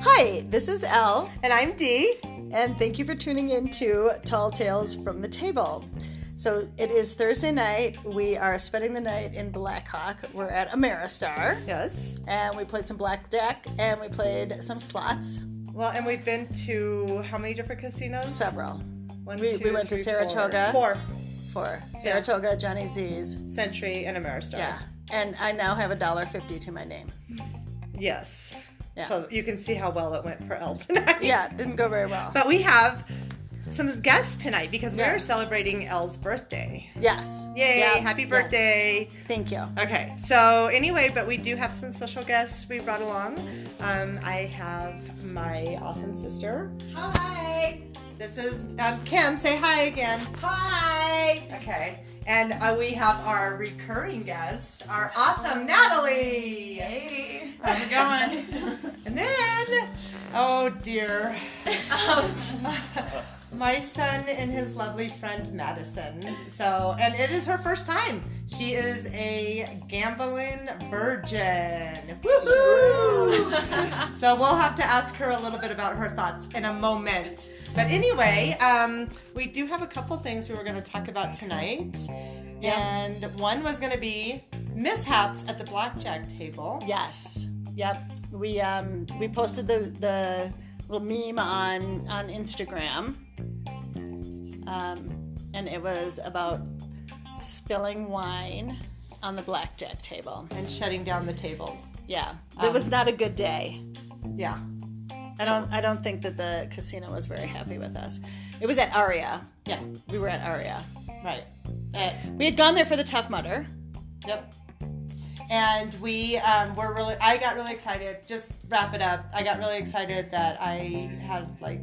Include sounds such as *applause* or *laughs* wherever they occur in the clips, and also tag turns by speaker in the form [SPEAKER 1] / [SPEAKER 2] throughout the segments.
[SPEAKER 1] Hi, this is Elle,
[SPEAKER 2] And I'm Dee.
[SPEAKER 1] and thank you for tuning in to Tall Tales from the Table. So it is Thursday night. We are spending the night in Blackhawk. We're at Ameristar,
[SPEAKER 2] Yes.
[SPEAKER 1] and we played some blackjack, and we played some slots,
[SPEAKER 2] Well, and we've been to how many different casinos?
[SPEAKER 1] several.
[SPEAKER 2] One,
[SPEAKER 1] We- we went to
[SPEAKER 2] three, four.
[SPEAKER 1] Saratoga.
[SPEAKER 2] Four.
[SPEAKER 1] for Saratoga, Johnny Z's.
[SPEAKER 2] Century and Ameristar.
[SPEAKER 1] Yeah. And I now have a dollar fifty to my name.
[SPEAKER 2] Yes.
[SPEAKER 1] Yeah.
[SPEAKER 2] So you can see how well it went for Elle tonight.
[SPEAKER 1] Yeah, didn't go very well.
[SPEAKER 2] But we have some guests tonight because
[SPEAKER 1] Yeah.
[SPEAKER 2] we're celebrating Elle's birthday.
[SPEAKER 1] Yes.
[SPEAKER 2] Yay!
[SPEAKER 1] Yeah,
[SPEAKER 2] Happy
[SPEAKER 1] yeah.
[SPEAKER 2] birthday!
[SPEAKER 1] Thank you.
[SPEAKER 2] Okay, so anyway, but we do have some special guests we brought along. Um, I have my awesome sister. Hi. This is um, Kim. Say hi again. Hi. Okay, and uh, we have our recurring guest, our awesome Natalie.
[SPEAKER 3] Hey, how's it going?
[SPEAKER 2] And then, oh dear, *laughs* my son and his lovely friend Madison. So, and it is her first time. She is a gambling virgin.
[SPEAKER 3] *laughs*
[SPEAKER 2] Woohoo! so we'll have to ask her a little bit about her thoughts in a moment. But anyway, um, we do have a couple things we were going to talk about tonight. And one was going to be mishaps at the blackjack table.
[SPEAKER 1] Yes. Yep. We um we posted the the little meme on on Instagram. Um and it was about spilling wine on the blackjack table.
[SPEAKER 2] And shutting down the tables.
[SPEAKER 1] Yeah. It was not a good day.
[SPEAKER 2] Yeah.
[SPEAKER 1] I don't I don't think that the casino was very happy with us. It was at Aria.
[SPEAKER 2] Yeah.
[SPEAKER 1] We were at Aria.
[SPEAKER 2] Right. Uh,
[SPEAKER 1] We had gone there for the Tough Mudder.
[SPEAKER 2] Yep. And we um, were really, I got really excited. Just wrap it up. I got really excited that I had like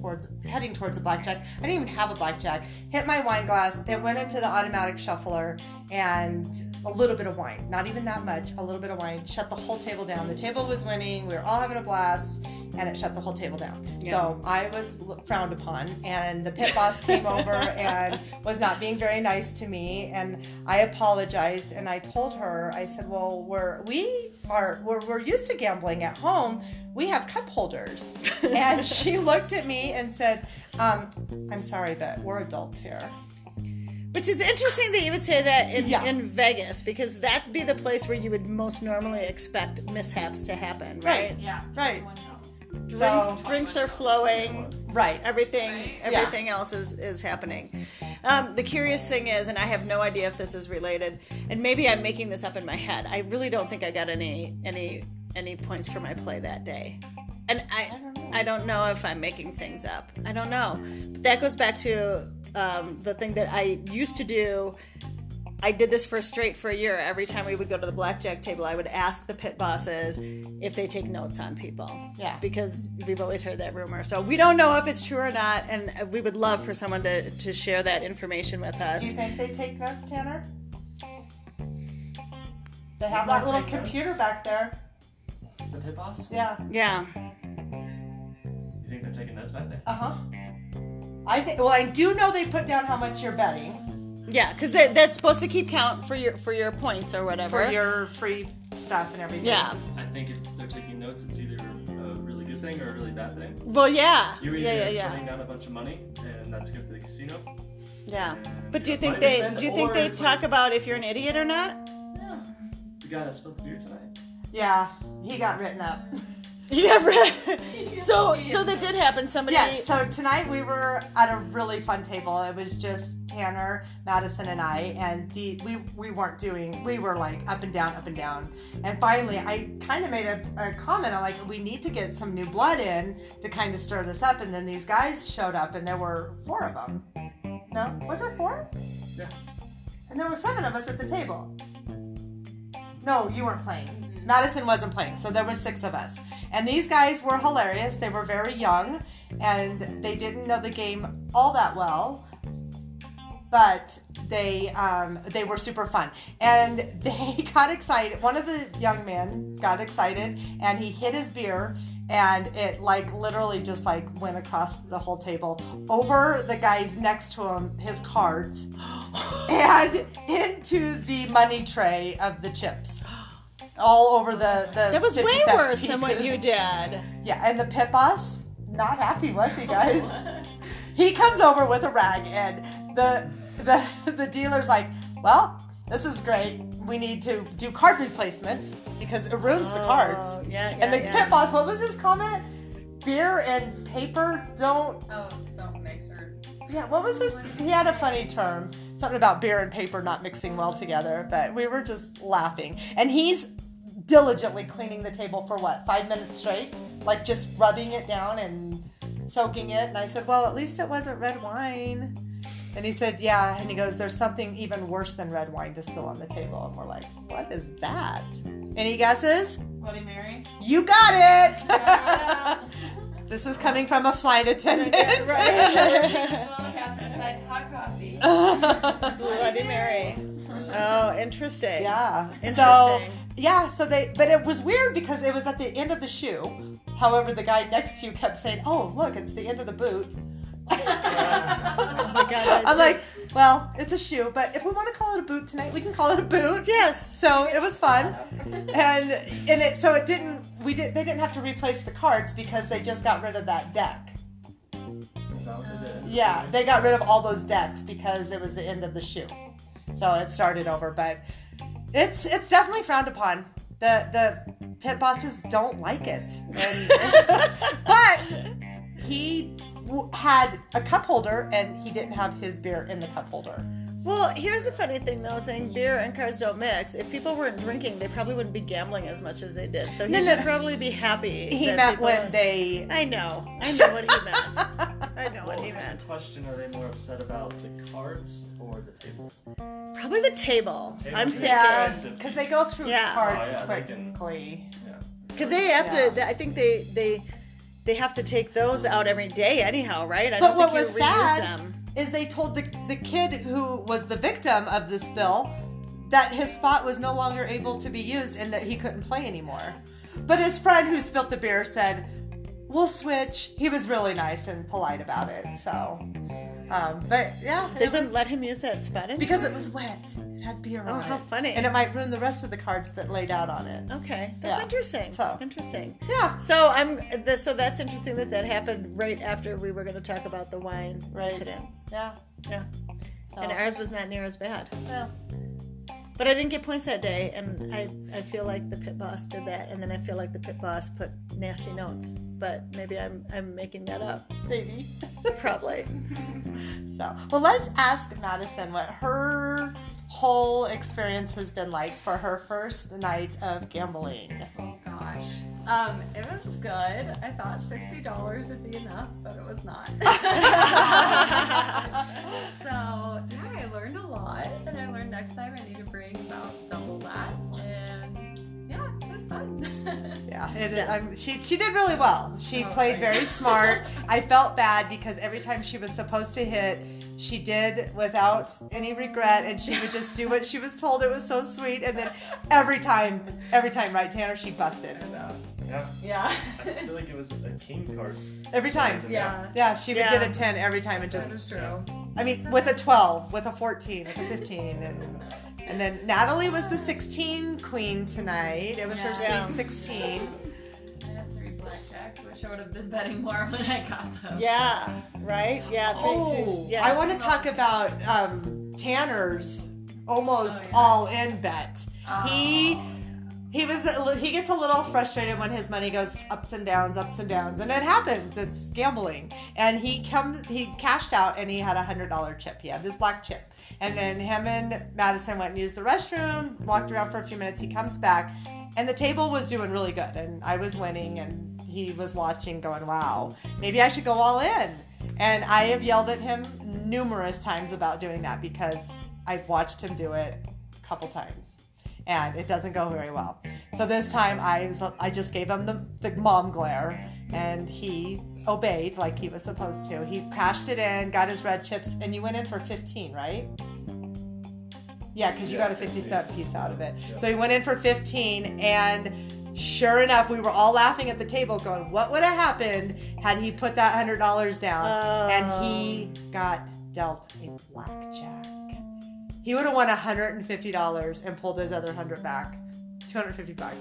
[SPEAKER 2] towards heading towards a blackjack. I didn't even have a blackjack. Hit my wine glass. It went into the automatic shuffler and a little bit of wine. Not even that much. A little bit of wine. Shut the whole table down. The table was winning. We were all having a blast, and it shut the whole table down. So I was l- frowned upon, and the pit boss came *laughs* over and was not being very nice to me. And I apologized, and I told her, I said, "Well, we're we are we're, we're used to gambling at home. We have cup *laughs* holders." and she looked at me and said, um, "I'm sorry, but we're adults here."
[SPEAKER 1] Which is interesting that you would say that in,
[SPEAKER 2] Yeah.
[SPEAKER 1] in Vegas because that'd be the place where you would most normally expect mishaps to happen, right?
[SPEAKER 3] yeah.
[SPEAKER 2] Right.
[SPEAKER 3] One else.
[SPEAKER 2] So
[SPEAKER 1] Drinks, drinks are flowing,
[SPEAKER 2] right.
[SPEAKER 1] everything
[SPEAKER 3] Right?
[SPEAKER 1] everything else is, is happening. Um, the curious thing is, and I have no idea if this is related, and maybe I'm making this up in my head. I really don't think I got any any any points for my play that day, and I
[SPEAKER 2] I don't know.
[SPEAKER 1] I don't know if I'm making things up. I don't know. But that goes back to um, the thing that I used to do. I did this for straight for a year. Every time we would go to the blackjack table, I would ask the pit bosses if they take notes on people
[SPEAKER 2] Yeah.
[SPEAKER 1] because we've always heard that rumor. So we don't know if it's true or not, and we would love for someone to, to share that information with
[SPEAKER 2] Do
[SPEAKER 1] us.
[SPEAKER 2] you think they take notes, Tanner? They have that little computer back there.
[SPEAKER 4] The pit boss?
[SPEAKER 2] Yeah.
[SPEAKER 1] Yeah.
[SPEAKER 4] You think they're taking notes back there?
[SPEAKER 2] Uh huh. I think. Well, I do know they put down how much you're betting
[SPEAKER 1] Yeah, because that's supposed to keep count for your for your points or whatever.
[SPEAKER 2] your free stuff and everything.
[SPEAKER 1] yeah.
[SPEAKER 4] I think if they're taking notes, it's either a really good thing or a really bad thing.
[SPEAKER 1] Well, yeah.
[SPEAKER 4] You're either
[SPEAKER 1] yeah, yeah, yeah.
[SPEAKER 4] putting down a bunch of money, and that's good for the casino.
[SPEAKER 1] Yeah.
[SPEAKER 4] and
[SPEAKER 1] But do you
[SPEAKER 4] got
[SPEAKER 1] think
[SPEAKER 4] money to
[SPEAKER 1] they
[SPEAKER 4] spend,
[SPEAKER 1] do you think
[SPEAKER 4] or
[SPEAKER 1] they
[SPEAKER 4] it's
[SPEAKER 1] talk about if you're an idiot or not? *laughs*
[SPEAKER 4] Like, we gotta split the beer tonight.
[SPEAKER 2] Yeah. He got written up. *laughs*
[SPEAKER 1] Yeah, right. *laughs* So so that did happen. Somebody
[SPEAKER 2] Yes. So tonight we were at a really fun table. It was just Tanner, Madison, and I, and the we we weren't doing. We were like up and down, up and down, and finally I kind of made a, a comment. I'm like, we need to get some new blood in to kind of stir this up. And then these guys showed up, and there were four of them. No, was there four?
[SPEAKER 4] Yeah.
[SPEAKER 2] And there were seven of us at the table. No, you weren't playing. Madison wasn't playing, so there was six of us. And these guys were hilarious. They were very young, and they didn't know the game all that well, but they um, they were super fun. And *laughs* they got excited. One of the young men got excited, and he hit his beer. And it like literally just like went across the whole table over the guys next to him, his
[SPEAKER 1] *gasps*
[SPEAKER 2] cards, and into the money tray of the chips. all over the the.
[SPEAKER 1] That was
[SPEAKER 2] 50
[SPEAKER 1] way
[SPEAKER 2] cent
[SPEAKER 1] worse than what
[SPEAKER 2] pieces.
[SPEAKER 1] you did.
[SPEAKER 2] Yeah, and the pit boss, not happy was
[SPEAKER 1] *laughs*
[SPEAKER 2] he, guys? he comes over with a rag, and the the the dealer's like, "Well, this is great. We need to do card replacements because it ruins the cards."
[SPEAKER 1] Oh, Yeah, yeah,
[SPEAKER 2] and the
[SPEAKER 1] yeah.
[SPEAKER 2] pit boss, what was his comment? Beer and paper don't.
[SPEAKER 3] Oh, don't mix her.
[SPEAKER 2] Yeah, what was his? He had a funny term, something about beer and paper not mixing well together. But we were just laughing, and he's diligently cleaning the table for what five minutes straight, like just rubbing it down and soaking it. And I said, "Well, at least it wasn't red wine." And he said, "Yeah." And he goes, "There's something even worse than red wine to spill on the table." And we're like, "What is that?" Any guesses?
[SPEAKER 3] Bloody Mary.
[SPEAKER 2] You got it. *laughs*
[SPEAKER 3] Yeah.
[SPEAKER 2] this is coming from a flight attendant.
[SPEAKER 1] right.
[SPEAKER 3] Smell the cast besides hot
[SPEAKER 2] *laughs*
[SPEAKER 3] coffee.
[SPEAKER 1] Bloody Mary. Oh, interesting.
[SPEAKER 2] Yeah.
[SPEAKER 1] Interesting.
[SPEAKER 2] So yeah, so they but it was weird because it was at the end of the shoe. However, the guy next to you kept saying, "Oh, look, it's the end of the boot." *laughs*
[SPEAKER 1] oh my god.
[SPEAKER 2] I'm like, well, it's a shoe, but if we want to call it a boot tonight, we can call it a boot.
[SPEAKER 1] yes.
[SPEAKER 2] So it was fun,
[SPEAKER 3] Fun.
[SPEAKER 2] and and it so it didn't we did they didn't have to replace the cards because they just got rid of that deck.
[SPEAKER 4] It's out for that.
[SPEAKER 2] Yeah, they got rid of all those decks because it was the end of the shoe. So it started over, but it's it's definitely frowned upon. The the pit bosses don't like it. And- *laughs* but he w- had a cup holder and he didn't have his beer in the cup holder.
[SPEAKER 1] Well, here's the funny thing though, saying beer and cards don't mix. If people weren't drinking, they probably wouldn't be gambling as much as they did. So he
[SPEAKER 2] No, no.
[SPEAKER 1] should probably be happy.
[SPEAKER 2] He
[SPEAKER 1] that
[SPEAKER 2] meant
[SPEAKER 1] people
[SPEAKER 2] when
[SPEAKER 1] are-
[SPEAKER 2] they
[SPEAKER 1] I know. I know what he meant.
[SPEAKER 2] *laughs*
[SPEAKER 1] I know what
[SPEAKER 4] Well,
[SPEAKER 1] he
[SPEAKER 4] here's
[SPEAKER 1] meant.
[SPEAKER 4] the question: Are they more upset about the cards or the table?
[SPEAKER 1] Probably the table.
[SPEAKER 4] Table
[SPEAKER 1] I'm
[SPEAKER 4] table.
[SPEAKER 1] thinking.
[SPEAKER 2] yeah,
[SPEAKER 4] It's a piece.
[SPEAKER 2] because they go through
[SPEAKER 1] Yeah.
[SPEAKER 2] cards
[SPEAKER 4] Oh, yeah, they can-
[SPEAKER 2] quickly.
[SPEAKER 4] Yeah.
[SPEAKER 1] Because they have
[SPEAKER 2] Yeah.
[SPEAKER 1] to. they- I think they they they have to take those out every day anyhow, right? I
[SPEAKER 2] But what
[SPEAKER 1] think you
[SPEAKER 2] was
[SPEAKER 1] reuse
[SPEAKER 2] sad-
[SPEAKER 1] them.
[SPEAKER 2] is they told the, the kid who was the victim of the spill that his spot was no longer able to be used and that he couldn't play anymore. But his friend who spilt the beer said, We'll switch. He was really nice and polite about it. So, um, but yeah,
[SPEAKER 1] They
[SPEAKER 2] it was-
[SPEAKER 1] wouldn't let him use that spot anymore.
[SPEAKER 2] because it was wet, it had beer
[SPEAKER 1] Oh,
[SPEAKER 2] on
[SPEAKER 1] how
[SPEAKER 2] it.
[SPEAKER 1] funny.
[SPEAKER 2] And it might ruin the rest of the cards that laid out on it.
[SPEAKER 1] Okay, that's
[SPEAKER 2] Yeah.
[SPEAKER 1] interesting.
[SPEAKER 2] So-
[SPEAKER 1] Interesting.
[SPEAKER 2] Yeah.
[SPEAKER 1] So I'm the, so that's interesting that that happened right after we were going to talk about the wine
[SPEAKER 2] Right.
[SPEAKER 1] incident,
[SPEAKER 2] Yeah.
[SPEAKER 1] Yeah.
[SPEAKER 2] So,
[SPEAKER 1] and ours was not near as bad.
[SPEAKER 2] yeah.
[SPEAKER 1] But I didn't get points that day, and I
[SPEAKER 2] Mm-hmm.
[SPEAKER 1] I feel like the pit boss did that, and then I feel like the pit boss put nasty notes. But maybe I'm I'm making that up.
[SPEAKER 2] *laughs* Maybe.
[SPEAKER 1] Probably.
[SPEAKER 2] So, well, let's ask Madison what her whole experience has been like for her first night of gambling.
[SPEAKER 1] *laughs*
[SPEAKER 3] Oh gosh. Um, it was good. I thought sixty dollars would be enough, but it was not. so yeah, I learned a lot, and I learned next time I need to bring about double that. And yeah, it was fun. *laughs*
[SPEAKER 2] Yeah, it, um, she she did really well. She
[SPEAKER 3] Oh,
[SPEAKER 2] played
[SPEAKER 3] thanks.
[SPEAKER 2] very smart. I felt bad because every time she was supposed to hit, she did without any regret, and she would just do what she was told. It was so sweet. And then every time, every time, right, Tanner, she busted
[SPEAKER 4] Yeah.
[SPEAKER 3] yeah.
[SPEAKER 4] I feel like it was a king card.
[SPEAKER 2] every time.
[SPEAKER 3] yeah.
[SPEAKER 2] Yeah, she would
[SPEAKER 1] Yeah.
[SPEAKER 2] get a ten every time, and just
[SPEAKER 3] That is true.
[SPEAKER 2] I mean, with a 12, with a 14, with a 15, and and then Natalie was the 16 queen tonight. It was her
[SPEAKER 1] Yeah.
[SPEAKER 2] sweet 16.
[SPEAKER 3] I had three blackjacks, which I would have been betting more when I got them.
[SPEAKER 1] Yeah. Right. Yeah.
[SPEAKER 2] Oh,
[SPEAKER 1] yeah.
[SPEAKER 2] I want to talk about um, Tanner's almost
[SPEAKER 3] Oh, yeah.
[SPEAKER 2] all in bet.
[SPEAKER 3] Oh.
[SPEAKER 2] He he was a li- he gets a little frustrated when his money goes ups and downs, ups and downs, and it happens. It's gambling, and he comes he cashed out and he had a hundred dollar chip. He had his black chip, and then him and Madison went and used the restroom, walked around for a few minutes. He comes back, and the table was doing really good, and I was winning, and he was watching, going, "Wow, maybe I should go all in." And I have yelled at him numerous times about doing that because I've watched him do it a couple times and it doesn't go very well. So this time I was, I just gave him the, the mom glare and he obeyed like he was supposed to. He cashed it in, got his red chips, and you went in for 15, right? Yeah, because you got a 50 cent piece out of it. So he went in for 15 and sure enough we were all laughing at the table going what would have happened had he put that $100
[SPEAKER 1] Uh,
[SPEAKER 2] down
[SPEAKER 1] Um,
[SPEAKER 2] and he got dealt a blackjack. He would have won $150 and pulled his other 100 back to 250 bucks.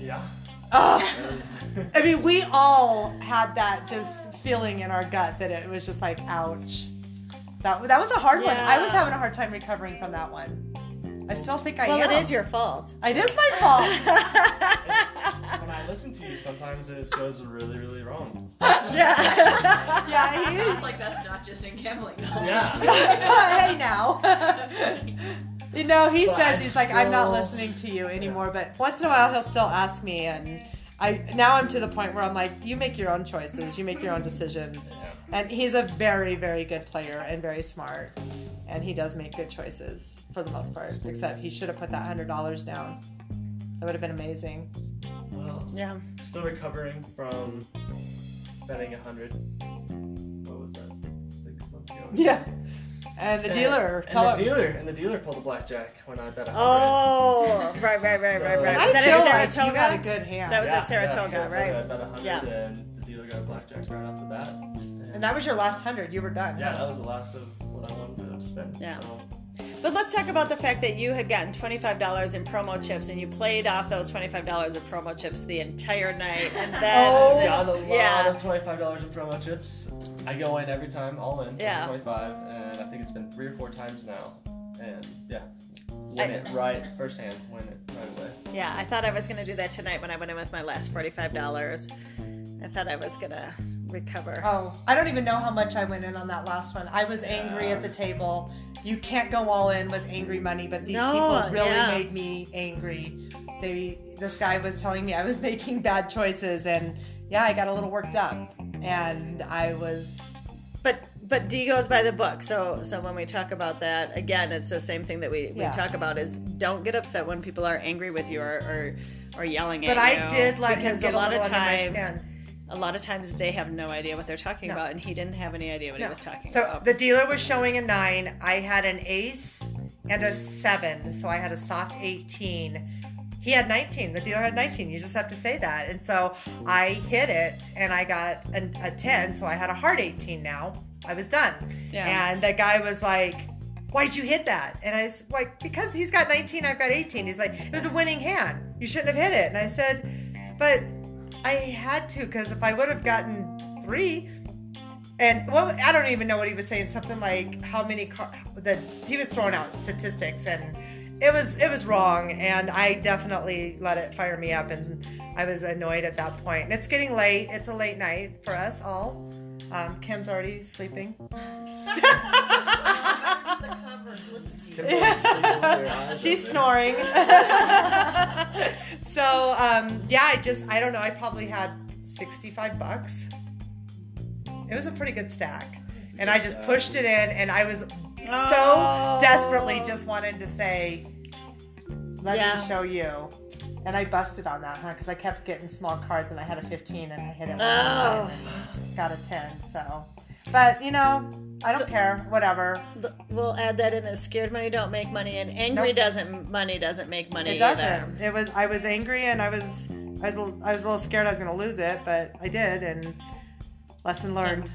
[SPEAKER 4] Yeah.
[SPEAKER 1] *laughs*
[SPEAKER 2] Ugh.
[SPEAKER 4] That was, *laughs*
[SPEAKER 2] I mean, we all had that just feeling in our gut that it was just like, ouch. That, that was a hard one. I was
[SPEAKER 1] Yeah.
[SPEAKER 2] having a hard time recovering from that one. I still think I
[SPEAKER 1] well,
[SPEAKER 2] am.
[SPEAKER 1] it is your fault.
[SPEAKER 2] It is my fault.
[SPEAKER 1] *laughs*
[SPEAKER 2] Oh.
[SPEAKER 4] when I listen to you, sometimes it goes really, really wrong.
[SPEAKER 1] yeah. *laughs*
[SPEAKER 2] yeah, he is. *laughs*
[SPEAKER 3] It's like that's not just in gambling. though.
[SPEAKER 4] Yeah.
[SPEAKER 2] hey now.
[SPEAKER 3] *laughs* Just kidding.
[SPEAKER 2] you know, he
[SPEAKER 4] But
[SPEAKER 2] says
[SPEAKER 4] I
[SPEAKER 2] he's like, I'm not
[SPEAKER 4] still-
[SPEAKER 2] listening to you anymore, but once in a while he'll still ask me and I now I'm to the point where I'm like, you make your own choices, you make your own decisions. And he's a very, very good player and very smart. And he does make good choices for the most part. Except he should have put that hundred dollars down. That would have been amazing. *laughs*
[SPEAKER 4] Well,
[SPEAKER 1] yeah.
[SPEAKER 4] still recovering from betting 100. What was that? Six months ago?
[SPEAKER 2] Yeah. And the dealer,
[SPEAKER 4] And
[SPEAKER 2] tell
[SPEAKER 4] the
[SPEAKER 2] him.
[SPEAKER 4] dealer, and the dealer pulled a blackjack when I bet 100.
[SPEAKER 1] Oh, right, right, right, right, right.
[SPEAKER 4] And
[SPEAKER 2] I
[SPEAKER 1] Was that
[SPEAKER 2] feel
[SPEAKER 1] at
[SPEAKER 2] like you
[SPEAKER 1] Saratoga?
[SPEAKER 2] got a good hand.
[SPEAKER 1] That was at Saratoga, right?
[SPEAKER 4] I bet 100
[SPEAKER 1] Yeah.
[SPEAKER 4] and the dealer got a blackjack right off the bat.
[SPEAKER 2] And that was your last hundred. You were done.
[SPEAKER 4] Yeah, that was the last of what I wanted to spend.
[SPEAKER 1] Yeah.
[SPEAKER 4] So,
[SPEAKER 1] But let's talk about the fact that you had gotten $25 in promo chips and you played off those $25 of promo chips the entire night. And then,
[SPEAKER 2] *laughs* Oh.
[SPEAKER 4] got a lot
[SPEAKER 1] Yeah.
[SPEAKER 4] of twenty-five dollars in promo chips. I go in every time, all in, for
[SPEAKER 1] Yeah.
[SPEAKER 4] the twenty-five, and I think it's been three or four times now. And yeah, win
[SPEAKER 1] I-
[SPEAKER 4] it right first hand, win it right away.
[SPEAKER 1] yeah, I thought I was going to do that tonight when I went in with my last $45. I thought I was going to recover.
[SPEAKER 2] Oh, I don't even know how much I went in on that last one. I was angry at the table. You can't go all in with angry money, but these
[SPEAKER 1] No,
[SPEAKER 2] people really
[SPEAKER 1] yeah.
[SPEAKER 2] made me angry. They, this guy was telling me I was *laughs* making bad choices, and yeah, I got a little worked up, and I was
[SPEAKER 1] But but D goes by the book. So so when we talk about that again, it's the same thing that we, we
[SPEAKER 2] Yeah.
[SPEAKER 1] talk about is don't get upset when people are angry with you or or, or yelling at
[SPEAKER 2] But
[SPEAKER 1] you.
[SPEAKER 2] I did let him
[SPEAKER 1] because
[SPEAKER 2] get
[SPEAKER 1] a lot
[SPEAKER 2] little
[SPEAKER 1] of
[SPEAKER 2] under my
[SPEAKER 1] times
[SPEAKER 2] skin.
[SPEAKER 1] a lot of times they have no idea what they're talking
[SPEAKER 2] No.
[SPEAKER 1] about, and he didn't have any idea what he
[SPEAKER 2] No.
[SPEAKER 1] was talking
[SPEAKER 2] So
[SPEAKER 1] about.
[SPEAKER 2] the dealer was showing a nine. I had an ace and a seven, so I had a soft eighteen. He had nineteen. The dealer had nineteen. You just have to say that. And so I hit it, and I got a, a ten. So I had a hard eighteen. Now I was done.
[SPEAKER 1] Yeah.
[SPEAKER 2] And the guy was like. Why'd you hit that? And I was like, because he's got 19, I've got 18. He's like, it was a winning hand. You shouldn't have hit it. And I said, but I had to because if I would have gotten three, and well, I don't even know what he was saying. Something like how many car that he was throwing out statistics, and it was it was wrong. And I definitely let it fire me up, and I was annoyed at that point. And it's getting late. It's a late night for us all. Um, Kim's already sleeping.
[SPEAKER 3] the covers, listen to you.
[SPEAKER 4] Kimberly just sleeping with her eyes
[SPEAKER 2] She's
[SPEAKER 4] open.
[SPEAKER 2] snoring. so um, yeah, I just I don't know. I probably had sixty-five bucks. It was a pretty good stack,
[SPEAKER 4] It's a
[SPEAKER 2] and I
[SPEAKER 4] good
[SPEAKER 2] just
[SPEAKER 4] shot.
[SPEAKER 2] pushed it in, and I was so
[SPEAKER 1] Oh.
[SPEAKER 2] desperately just wanted to say, "Let
[SPEAKER 1] Yeah.
[SPEAKER 2] me show you." And I busted on that, huh? Because I kept getting small cards, and I had a fifteen, and I hit it one more time, and got a ten. So, but you know, I don't care. Whatever.
[SPEAKER 1] Th- we'll add that in as scared money don't make money, and angry
[SPEAKER 2] Nope.
[SPEAKER 1] doesn't money doesn't make money
[SPEAKER 2] It
[SPEAKER 1] either.
[SPEAKER 2] doesn't. It was. I was angry and I was. I was. a l- I was a little scared I was going to lose it, but I did, and lesson learned.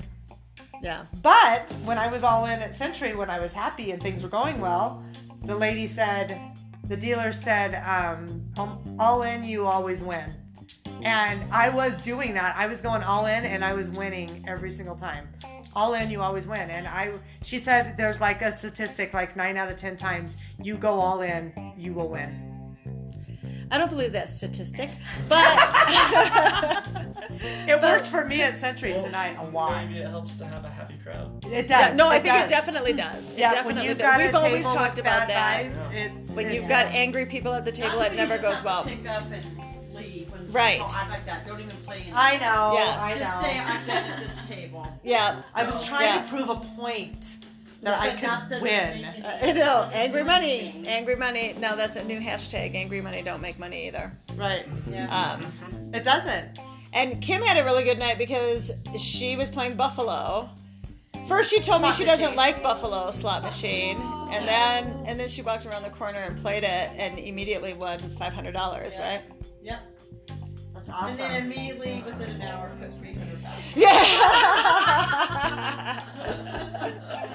[SPEAKER 1] Yeah.
[SPEAKER 2] But when I was all in at Century, when I was happy and things were going well, the lady said, the dealer said, um, "Um, "All in, you always win." And I was doing that. I was going all in, and I was winning every single time. All in, you always win. And I, she said, there's like a statistic, like nine out of ten times, you go all in, you will win.
[SPEAKER 1] I don't believe that statistic, *laughs* but
[SPEAKER 2] It worked for me at Century
[SPEAKER 4] Well,
[SPEAKER 2] tonight a lot.
[SPEAKER 4] Maybe it helps to have a happy crowd.
[SPEAKER 2] It does.
[SPEAKER 1] Yeah, no, I think
[SPEAKER 2] does.
[SPEAKER 1] it definitely does. It
[SPEAKER 2] Yeah,
[SPEAKER 1] definitely
[SPEAKER 2] when you've
[SPEAKER 1] does.
[SPEAKER 2] got
[SPEAKER 1] We've
[SPEAKER 2] a
[SPEAKER 1] always
[SPEAKER 2] table
[SPEAKER 1] talked
[SPEAKER 2] with
[SPEAKER 1] about
[SPEAKER 2] bad
[SPEAKER 1] that.
[SPEAKER 2] Vibes, it's,
[SPEAKER 1] When
[SPEAKER 2] it-
[SPEAKER 1] you've got angry people at the table,
[SPEAKER 5] Not
[SPEAKER 1] it
[SPEAKER 5] that
[SPEAKER 1] never
[SPEAKER 5] you just
[SPEAKER 1] goes
[SPEAKER 5] have to
[SPEAKER 1] well.
[SPEAKER 5] Pick up and leave when
[SPEAKER 1] Right.
[SPEAKER 5] Oh, I'm like that. Don't even play. in
[SPEAKER 2] I know.
[SPEAKER 1] Yes.
[SPEAKER 2] I
[SPEAKER 5] it.
[SPEAKER 2] know.
[SPEAKER 5] Just say I'm done at this table.
[SPEAKER 1] Yeah,
[SPEAKER 2] I was trying
[SPEAKER 1] Yeah.
[SPEAKER 2] to prove a point that
[SPEAKER 5] But
[SPEAKER 2] I
[SPEAKER 5] not
[SPEAKER 2] could
[SPEAKER 5] that
[SPEAKER 2] win.
[SPEAKER 5] they can-
[SPEAKER 1] *laughs* I know. Angry money.
[SPEAKER 5] Anything.
[SPEAKER 1] Angry money. No, that's a new hashtag. Angry money don't make money either.
[SPEAKER 2] Right.
[SPEAKER 5] Yeah.
[SPEAKER 1] Um,
[SPEAKER 2] It doesn't.
[SPEAKER 1] and Kim had a really good night because she was playing Buffalo. First, she told me
[SPEAKER 2] Slot
[SPEAKER 1] she doesn't
[SPEAKER 2] machine.
[SPEAKER 1] like Buffalo slot machine, and then and then she walked around the corner and played it, and immediately won five hundred dollars.
[SPEAKER 5] Yeah.
[SPEAKER 1] Right?
[SPEAKER 5] Yep.
[SPEAKER 2] That's
[SPEAKER 5] And then
[SPEAKER 2] awesome.
[SPEAKER 5] immediately within an hour put three hundred back.
[SPEAKER 1] *laughs* Yeah.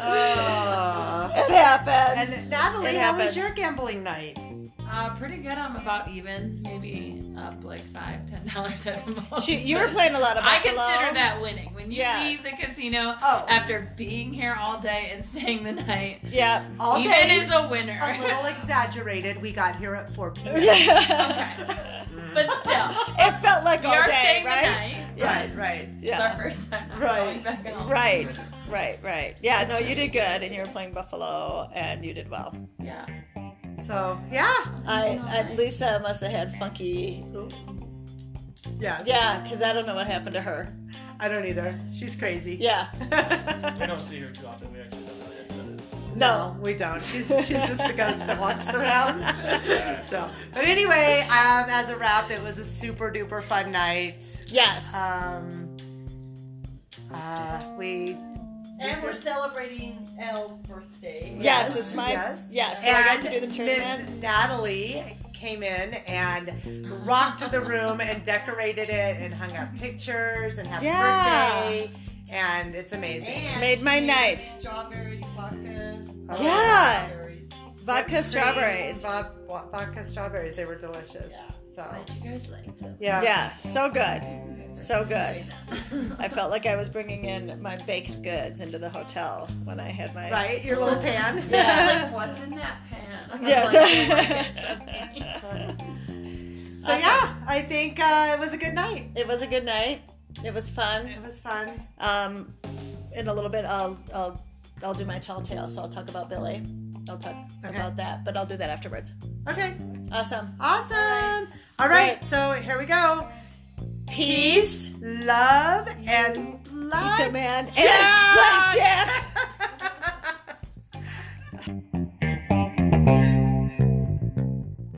[SPEAKER 2] Oh.
[SPEAKER 5] *laughs*
[SPEAKER 1] And happens.
[SPEAKER 2] And Natalie,
[SPEAKER 1] It
[SPEAKER 2] how was
[SPEAKER 1] happened.
[SPEAKER 2] your gambling night?
[SPEAKER 3] Uh, pretty good. I'm about even, maybe up like five, ten dollars at the most.
[SPEAKER 1] She, you were playing a lot of
[SPEAKER 3] *laughs* I
[SPEAKER 1] Buffalo.
[SPEAKER 3] consider that winning. When you
[SPEAKER 1] Yeah.
[SPEAKER 3] leave the casino
[SPEAKER 2] Oh,
[SPEAKER 3] after being here all day and staying the night,
[SPEAKER 1] Yeah.
[SPEAKER 2] all
[SPEAKER 3] even
[SPEAKER 2] day
[SPEAKER 3] is a winner.
[SPEAKER 2] a little exaggerated. We got here at 4 *laughs* p.m.
[SPEAKER 1] okay.
[SPEAKER 3] *laughs* but still,
[SPEAKER 1] *laughs* It felt like *laughs*
[SPEAKER 3] we
[SPEAKER 1] all
[SPEAKER 3] are
[SPEAKER 1] day,
[SPEAKER 3] staying the
[SPEAKER 1] right?
[SPEAKER 3] night.
[SPEAKER 2] Right, right.
[SPEAKER 3] It's
[SPEAKER 1] Yeah.
[SPEAKER 3] our first time. not
[SPEAKER 2] Right.
[SPEAKER 3] going back at all.
[SPEAKER 1] Right, right, right. Yeah, no, you did good, and you were playing Buffalo, and you did well.
[SPEAKER 3] Yeah.
[SPEAKER 2] So yeah,
[SPEAKER 1] I, I Lisa must have had funky.
[SPEAKER 2] yes.
[SPEAKER 1] Yeah, because I don't know what happened to her.
[SPEAKER 2] I don't either. She's crazy.
[SPEAKER 1] Yeah,
[SPEAKER 2] *laughs*
[SPEAKER 4] We don't see her too often. We actually don't know who that is.
[SPEAKER 1] no.
[SPEAKER 2] we don't. She's, she's just the ghost that walks around. *laughs*
[SPEAKER 4] Yeah.
[SPEAKER 2] so, but anyway, um, as a wrap, it was a super duper fun night.
[SPEAKER 1] Yes.
[SPEAKER 2] Um, uh, we
[SPEAKER 5] And we're celebrating Elle's birthday.
[SPEAKER 1] yes,
[SPEAKER 2] yes,
[SPEAKER 1] it's my.
[SPEAKER 2] yes.
[SPEAKER 1] Yes. so I got to do the
[SPEAKER 2] Miss
[SPEAKER 1] tournament.
[SPEAKER 2] Natalie came in and rocked the room and decorated it and hung up pictures and happy
[SPEAKER 1] Yeah.
[SPEAKER 2] birthday. And it's amazing.
[SPEAKER 5] And
[SPEAKER 1] Made
[SPEAKER 5] she
[SPEAKER 1] my night. Ah.
[SPEAKER 5] Strawberry vodka.
[SPEAKER 2] Oh,
[SPEAKER 1] Yeah.
[SPEAKER 5] Strawberries.
[SPEAKER 1] Vodka strawberries.
[SPEAKER 2] Vo- vo- Vodka strawberries. They were delicious. So,
[SPEAKER 3] Glad you guys liked it.
[SPEAKER 2] yeah.
[SPEAKER 1] Yeah, so good. So good.
[SPEAKER 3] Doing *laughs* that.
[SPEAKER 1] I felt like I was bringing in my baked goods into the hotel when I had my.
[SPEAKER 2] Right? Your little pan.
[SPEAKER 1] Yeah.
[SPEAKER 3] I was like, what's in that pan? *laughs* I
[SPEAKER 1] *laughs*
[SPEAKER 3] was
[SPEAKER 1] Yes.
[SPEAKER 3] like, "Oh my
[SPEAKER 1] *laughs*
[SPEAKER 3] God, trust me."
[SPEAKER 2] *laughs* so, yeah, I think uh, it was a good night.
[SPEAKER 1] It was a good night. It was fun.
[SPEAKER 2] It was fun.
[SPEAKER 1] Um, in a little bit, I'll I'll I'll do my telltale. So I'll talk about Billy. I'll talk
[SPEAKER 2] Okay.
[SPEAKER 1] about that, but I'll do that afterwards.
[SPEAKER 2] Okay.
[SPEAKER 1] Awesome.
[SPEAKER 2] Awesome. All right.
[SPEAKER 1] right.
[SPEAKER 2] So, here we go.
[SPEAKER 1] Peace,
[SPEAKER 2] Love and light.
[SPEAKER 1] pizza man, and
[SPEAKER 2] Jack!
[SPEAKER 1] blackjack.
[SPEAKER 2] *laughs*